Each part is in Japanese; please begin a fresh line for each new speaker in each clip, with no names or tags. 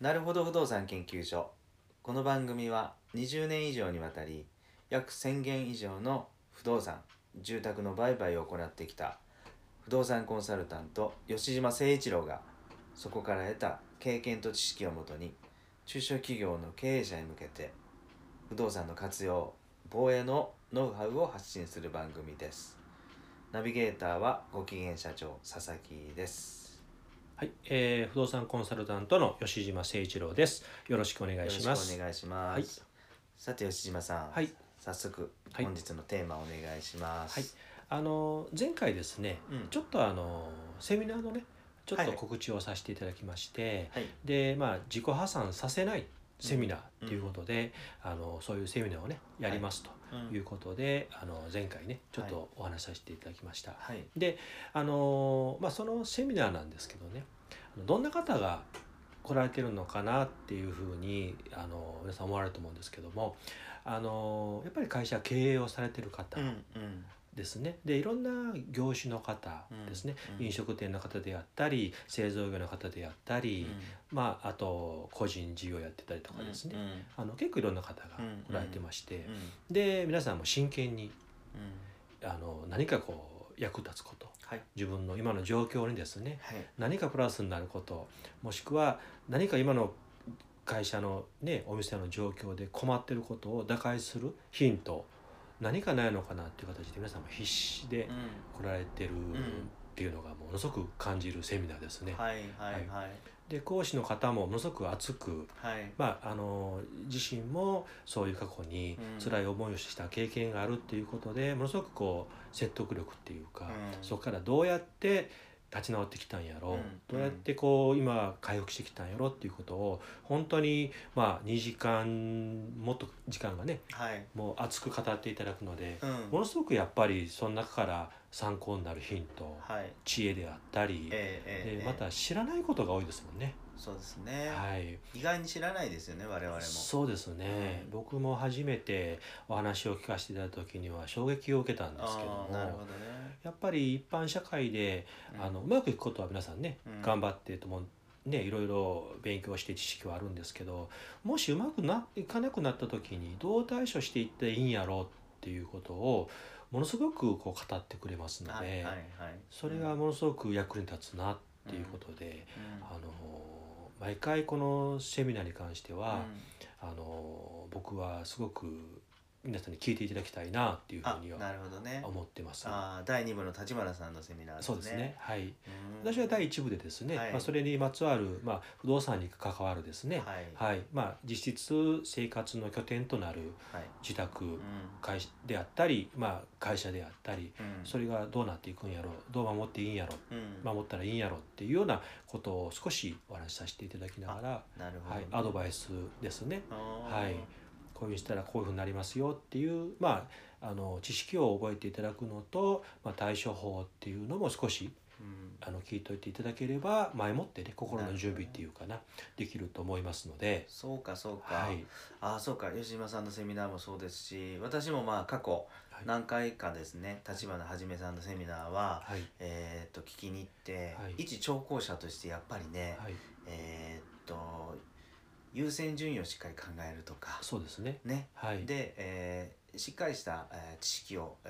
なるほど不動産研究所この番組は20年以上にわたり約1000件以上の不動産住宅の売買を行ってきた不動産コンサルタント吉島誠一郎がそこから得た経験と知識をもとに中小企業の経営者に向けて不動産の活用防衛のノウハウを発信する番組ですナビゲーターはご機嫌社長佐々木です
はい、えー不動産コンサルタントの吉島誠一郎です。よろしくお願
よ
い
ろ
し
しく
ます。
お願いします、さて吉島さん、
はい、
早速
はい
本日のテーマお願いします、
はいあの前回ですね、
うん
ちょっとあのセミナーのね、ちょっ
はい
と
はい
告知をさせていただきまして、
はい
でまあ自己破産させないセミナーということで、あのそういうセミナーをねやりますと
うん
いうことで、あの前回ねちょっとお話しさせていただきました。
はい
あのまあそのセミナーなんですけどねあのどんな方が来られてるのかなっていうふうにあの皆さん思われると思うんですけどもあのやっぱり会社経営をされてる方
うんうん
ですね、でいろんな業種の方ですね、
うん
飲食店の方であったり製造業の方であったり、まあ、あと個人事業やってたりとかですね、
うん
あの結構いろんな方が
うん
来られてまして、
うんうん
で皆さんも真剣に
うん
あの何かこう役立つこと
はい
自分の今の状況にですね
はい
何かプラスになることもしくは何か今の会社のねお店の状況で困ってることを打開するヒント何かないのかなっていう形で皆さんも必死で
う
来られてるっていうのがものすごく感じるセミナーですね
ん。はいはいはい
で講師の方もものすごく熱く
はい
まあ、あの自身もそういう過去に
うん
辛い思いをした経験があるっていうことで、ものすごくこう説得力っていうか、
うん
そこからどうやって立ち直ってきたんやろう、
うん
どうやってこう今回復してきたんやろっていうことを本当にまあ2時間もっと時間がね
はい
もう熱く語っていただくので、
うん
ものすごくやっぱりその中から参考になるヒント、
はい
知恵であったり、
ええええ
でま
え
た知らないことが多いですもんね。
えそうですね
はい
意外に知らないですよね我々も
そうですね、
うん
僕も初めてお話を聞かせていただいた時には衝撃を受けたんですけど
あ
も
あなるほどね
やっぱり一般社会で、
うん
あのうまくいくことは皆さんね、
うん
頑張ってともねいろいろ勉強して知識はあるんですけどもしうまくないかなくなった時にどう対処していったらいいんやろうっていうことをものすごくこう語ってくれますの
は
で、
いはいはい
それがものすごく役に立つなっていうことで、
うん
あの毎回このセミナーに関しては、
うん
あの僕はすごく皆さんに聞いていただきたいなっていうふ
あ
うには
なるほどね
思ってます。
ああ第二部の立花さんのセミナー
そうですね。はい。
うん
私は第一部でですね、
はい
まあそれにまつわるまあ不動産に関わるですね、はい、
はい
まあ実質生活の拠点となる
はい
自宅
うん
会社であったり、まあ会社であったり、
うん
それがどうなっていくんやろう、どう守っていいんやろう、
うん
守ったらいいんやろうっていうようなことを少しお話しさせていただきながら、
なるほど
はい
ね、
アドバイスですね。
あー
はいこういうふうにしたらこういうふうになりますよっていう、まあ、あの知識を覚えていただくのと、まあ、対処法っていうのも少し
うん
あの聞いといていただければ前もってね心の準備っていうかなできると思いますので、
そうかそうか、
はい、
ああそうか吉島さんのセミナーもそうですし私もまあ過去
はい
何回かですね立花はじめさんのセミナーは、
はい
えーっと聞きに行って、
はい
一聴講者としてやっぱりね、
はい、
えーっと優先順位をしっかり考えるとか
そうですね。
ね
はい、
で、えーしっかりした、えー知識を、え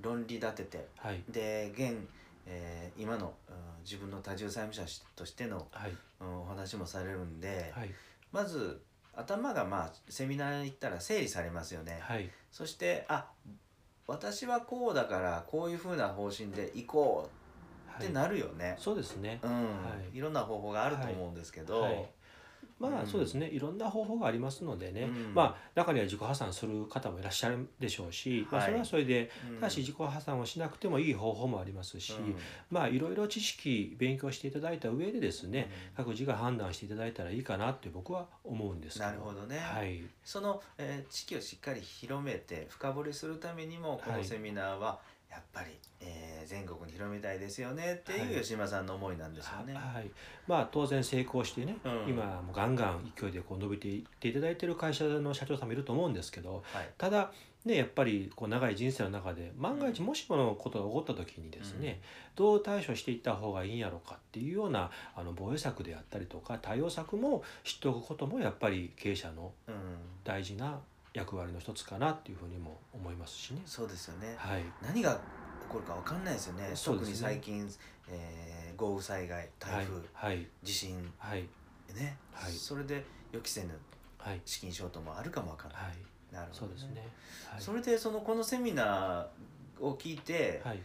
ー論理立てて
はい、
で現、えー今の、うん自分の多重債務者としての、
はい、
うんお話もされるんで、
はい、
まず頭がまあセミナーに行ったら整理されますよね、
はい、
そしてあ私はこうだからこういうふうな方針で行こう
は
っ
い
てなるよね、
そうですね。
うん
はい
い、ろんな方法があると思うんですけど、
はいま
う
あ
ん
そうですね、いろんな方法がありますのでね、
うん
まあ中には自己破産する方もいらっしゃるでしょうし、まあ
はい
それはそれで
うん
ただし自己破産をしなくてもいい方法もあります
う
し、
ん
まあいろいろ知識勉強していただいた上でですね、各自が判断していただいたらいいかなって僕は思うんですけど。
なるほどね、
はい、
その、えー知識をしっかり広めて深掘りするためにもこの
はい
セミナーは、やっぱり、えー全国に広めたいですよねって
はいいう
吉間さんの思いなんですよね。
ははいまあ、当然成功してね、
うん
今もうガンガン勢いでこう伸びていっていただいてる会社の社長さんもいると思うんですけど
はい
ただねやっぱりこう長い人生の中で万が一もしものことが起こった時にですね、どう対処していった方がいいんやろうかっていうようなあの防衛策であったりとか対応策も知っておくこともやっぱり経営者の
うん、
大事な役割の一つかなっていうふうにも思いますしね。
そうですよね。
はい、
何が起こるかわかんないですよね。
そう
特
ですね
に最近、えー豪雨災害、台風、
はい、はい
地震
はい
ね、
はい
それで予期せぬ
はい
資金ショートもあるかもわかんない。
はい、
なるほ
そう
ど、
ですね。はい、
それでそのこのセミナーを聞いて、
はい、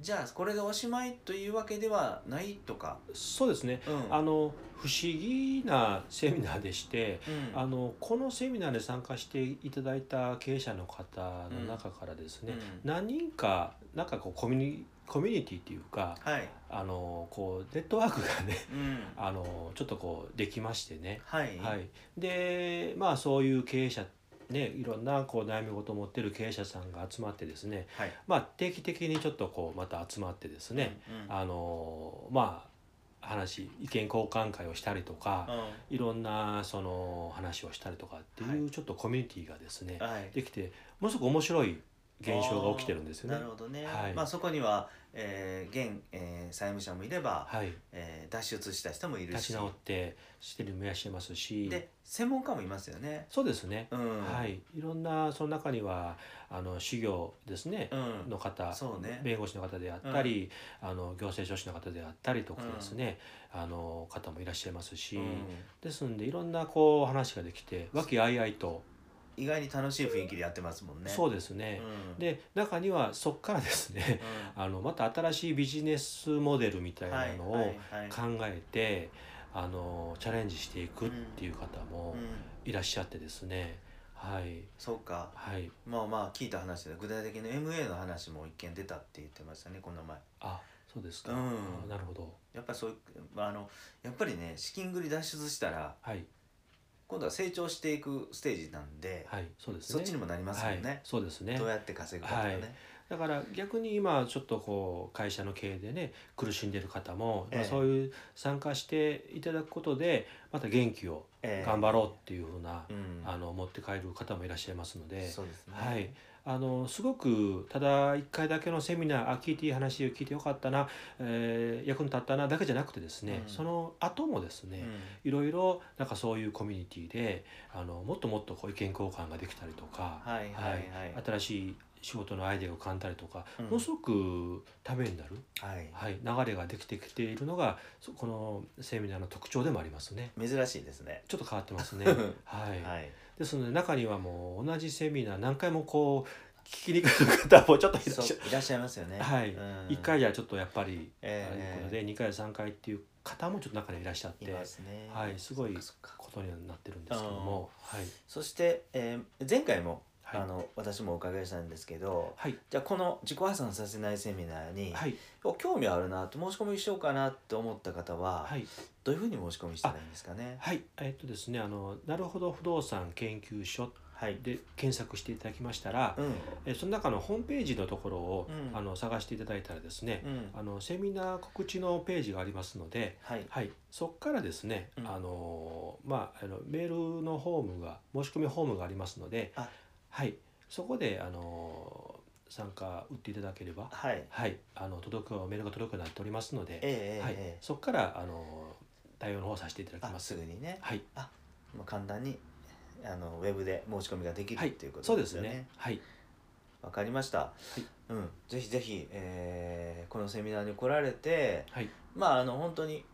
じゃあこれがおしまいというわけではないとか、
そうですね。
うん、
あの不思議なセミナーでして、
うん、
あのこのセミナーで参加していただいた経営者の方の中からですね、
うん
何人かなんかこうコミュニコミュニティっていうか、
はい、
あのこうネットワークがね、
うん、
あのちょっとこうできましてね。
はい、
はい、でまあそういう経営者ね、いろんなこう悩み事を持ってる経営者さんが集まってですね、
はい
まあ、定期的にちょっとこうまた集まってですね、、
うん、
あのまあ話意見交換会をしたりと
う
か、
ん、
いろんなその話をしたりとかってい
は
うちょっとコミュニティがですね、
はい、
できてものすごく面白い現象が起きてるんですよね
なる。ほどね。
はい
まあそこには、えー、現、えー、債務者もいれば、
はい、
えー、脱出した人もいる
立ち
し、
直ってしてる人もいらっしゃいますし
で専門家もいますよね。
そうですね、
うん、
は、い、いろんなその中にはあの修行ですね、
うん、
の方、
そうね
弁護士の方であったり、あの行政書士の方であったりとかですね、あの方もいらっしゃいますし、
うん
ですんでいろんなこう話ができて和気あいあいと、
意外に楽しい雰囲気でやってますもんね。
そううですね、
ん、
で中にはそこからですね
う
あのまた新しいビジネスモデルみたい
ん、は、
ないの
は
を
いはい
考えて、あのチャレンジしていくっていう方も
うん、
いらっしゃってですね、はい
そうか。
はい
まあまあ聞いた話で具体的に MA の話も一見出たって言ってましたねこの前。
あそうですか、
うん
あなるほど
やっぱりそういうあのやっぱりね資金繰り脱出したら
はい
今度は成長していくステージなんで、
はいそうですね
そっちにもなりますよね。
はい、そうですね
どうやって稼ぐかとかね。
はいだから逆に今ちょっとこう会社の経営でね苦しんでる方も、まあ
ええ
そういう参加していただくことでまた元気を
ええ
頑張ろうっていうふうな、
うん、
あの持って帰る方もいらっしゃいますので、
そうですね。
はい、あのすごくただ1回だけのセミナーあ聞いていい話を聞いてよかったな、えー役に立ったなだけじゃなくてですね、
うん
その後もです
う
ね、
ん
いろいろなんかそういうコミュニティであのもっともっとこう意見交換ができたりとか、
はいはいはい
新しい仕事のアイデアを感じたりとか、
うん
ものすごくためになる、
はい
はい、流れができてきているのがそこのセミナーの特徴でもありますね。
珍しいですね。
ちょっと変わってます ね。
は
はいい、
はい。
ですので中にはもう同じセミナー何回もこう聞きに来る方もちょっといらっ
そ
しゃ
ういらっしゃいますよね。
はい
うん
1回じゃちょっとやっぱり
え
あれいうこと
え
で2回3回っていう方もちょっと中にはいらっしゃって
いますね。
はいすごい
そっかそっか
ことになってるんですけども、はい
そして、えー前回も、
はい
あの私もお伺いしたんですけど
はい
じゃあこの自己破産させないセミナーに、
はい
お興味あるなと申し込みしようかなと思った方は、
はい
どういうふうに申し込みしたらいいんですかね
はいえっとですねあのなるほど不動産研究所
はい、
で検索していただきましたら、
うん
えその中のホームページのところを、
うん
あの探していただいたらですね、
うん
あのセミナー告知のページがありますので、
はい
はい、そこからですね、
うん
あのまあ、あのメールのフォームが申し込みフォームがありますので
あ、
はい、そこであの参加打っていただければ、
はい
はい、あの届くメールが届くようになっておりますので、
ええ
はい
ええ、
そこからあの対応の方させていただき
あ
ます。
すぐにね
はい、
もう簡単にあのウェブで申し込みができる、
はい
っていうこ、
そ
と
う
で
ですす
よ
ね
ね。
はい、
わかりました、うん、ぜひぜひ、えーこのセミナーに来られて
はい、
まああの本当に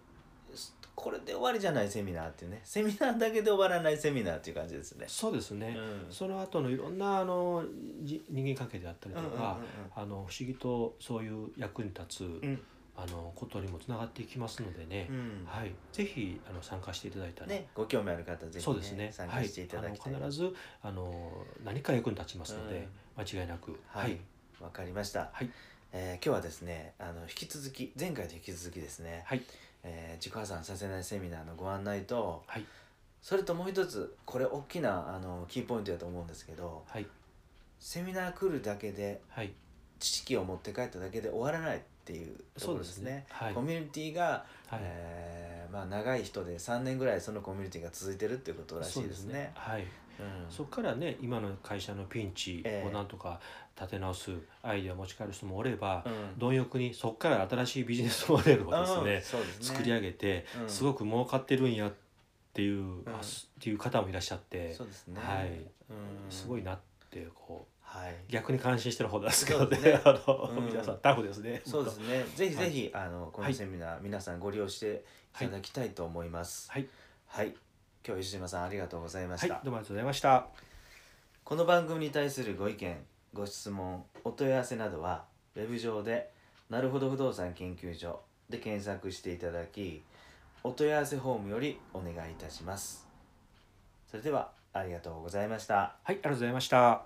すこれで終わりじゃないセミナーっていうねセミナーだけで終わらないセミナーっていう感じですね。
そうです
う
ね
ん、。
その後のいろんなあのじ人間関係であったりと
うんうんうん
か、あの不思議とそういう役に立つ、
うん
あのことにもつながっていきますのでね。
うん
はい、ぜひあの参加していただいたら、
ね、ご興味ある方ぜひ、
そうで
ね
すね
参加していただきたい。
はい、あの必ずあの何か役に立ちますので、間違いなく
はい、わ、かりました。
はい
えー今日はですねあの引き続き前回と引き続きですね、
はい
えー自己破産させないセミナーのご案内と、
はい
それともう一つこれ大きなあのキーポイントだと思うんですけど
はい
セミナー来るだけで
はい
知識を持って帰っただけで終わらないっていうとこ
そ
ろ
うで
ですす
ね
ね。。
はい。
コミュニティが、
はい
えーまあ、長い人で3年ぐらいそのコミュニティが続いてるっていうことらし
そう
いですね。
はい。
うん
そこからね今の会社のピンチ
え
を
え
なんとか立て直すアイデアを持ち帰る人もおれば、
うん
貪欲にそこから新しいビジネスモデルをですね、
うんそうですね
作り上げて、
うん
すごく儲かってるんやっていう、
うん
あすっていう方もいらっしゃって
そうですね、
はい
うん
すごいなってこ
はい、
う逆に感心してる方ですけどね
そうですね
あの、
うん
皆さんタフですね。
そうですねぜひぜひ、あのこ
は
の
い
セミナー、皆さんご利用していただきたいと思います
はい、
はい、今日吉島さんありがとうございま
は
し
い、
た、
どうもありがとうございました。
この番組に対するご意見ご質問お問い合わせなどはウェブ上で「なるほど不動産研究所」で検索していただきお問い合わせフォームよりお願いいたしますそれではありがとうございました
はい、ありがとうございました。